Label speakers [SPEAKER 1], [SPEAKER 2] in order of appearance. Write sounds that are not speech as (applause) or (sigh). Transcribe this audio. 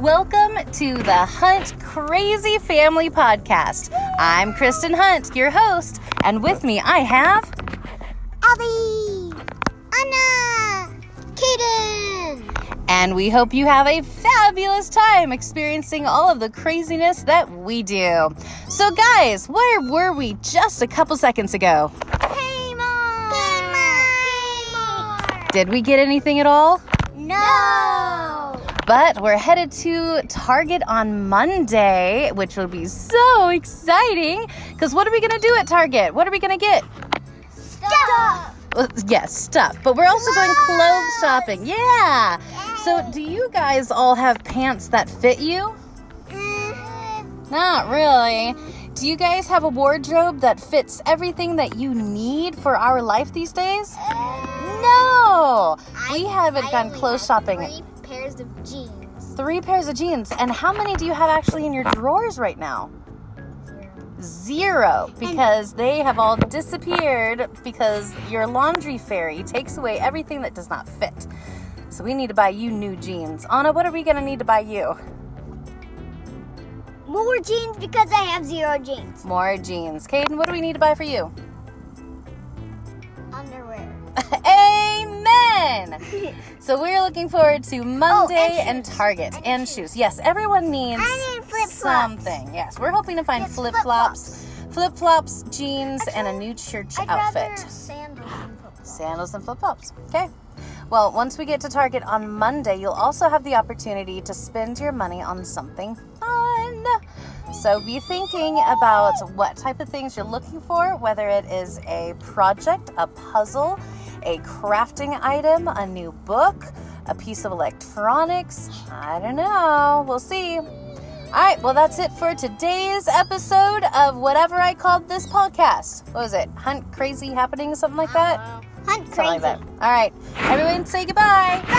[SPEAKER 1] Welcome to the Hunt Crazy Family Podcast. I'm Kristen Hunt, your host, and with me I have
[SPEAKER 2] Abby, Anna, Kaden.
[SPEAKER 1] And we hope you have a fabulous time experiencing all of the craziness that we do. So, guys, where were we just a couple seconds ago?
[SPEAKER 2] Paymore. Paymore.
[SPEAKER 1] Did we get anything at all?
[SPEAKER 2] No.
[SPEAKER 1] But we're headed to Target on Monday, which will be so exciting. Because what are we going to do at Target? What are we going to get?
[SPEAKER 2] Stop.
[SPEAKER 1] Well, yes, stuff. But we're also going clothes
[SPEAKER 2] Clothes.
[SPEAKER 1] shopping. Yeah. So, do you guys all have pants that fit you?
[SPEAKER 2] Mm.
[SPEAKER 1] Not really. Do you guys have a wardrobe that fits everything that you need for our life these days? No! We haven't
[SPEAKER 2] Uh, I
[SPEAKER 1] gone
[SPEAKER 2] only
[SPEAKER 1] clothes
[SPEAKER 2] have
[SPEAKER 1] shopping.
[SPEAKER 2] Three pairs of jeans.
[SPEAKER 1] Three pairs of jeans. And how many do you have actually in your drawers right now? Zero. Because they have all disappeared because your laundry fairy takes away everything that does not fit. So we need to buy you new jeans. Anna, what are we going to need to buy you?
[SPEAKER 2] More jeans because I have zero jeans.
[SPEAKER 1] More jeans. Caden, what do we need to buy for you? (laughs)
[SPEAKER 2] Underwear.
[SPEAKER 1] Amen. So we're looking forward to Monday and,
[SPEAKER 2] Oh, and shoes.
[SPEAKER 1] Target and,
[SPEAKER 2] And
[SPEAKER 1] shoes. Yes, everyone needs
[SPEAKER 2] And flip-flops.
[SPEAKER 1] something. Yes, we're hoping to find
[SPEAKER 2] Yes,
[SPEAKER 1] flip flops, flip flops, jeans, and a new church
[SPEAKER 2] I'd
[SPEAKER 1] outfit.
[SPEAKER 2] rather sandals than football.
[SPEAKER 1] Sandals and flip flops. Okay. Well, once we get to Target on Monday, you'll also have the opportunity to spend your money on something fun. So be thinking about what type of things you're looking for, whether it is a project, a puzzle, a crafting item, a new book, a piece of electronics. I don't know. We'll see. All right, well, that's it for today's episode of whatever I called this podcast. What was it? Hunt Crazy Happening, something like that?
[SPEAKER 2] Hunt crazy.
[SPEAKER 1] Something like that. All right. Everyone say goodbye.
[SPEAKER 2] Bye.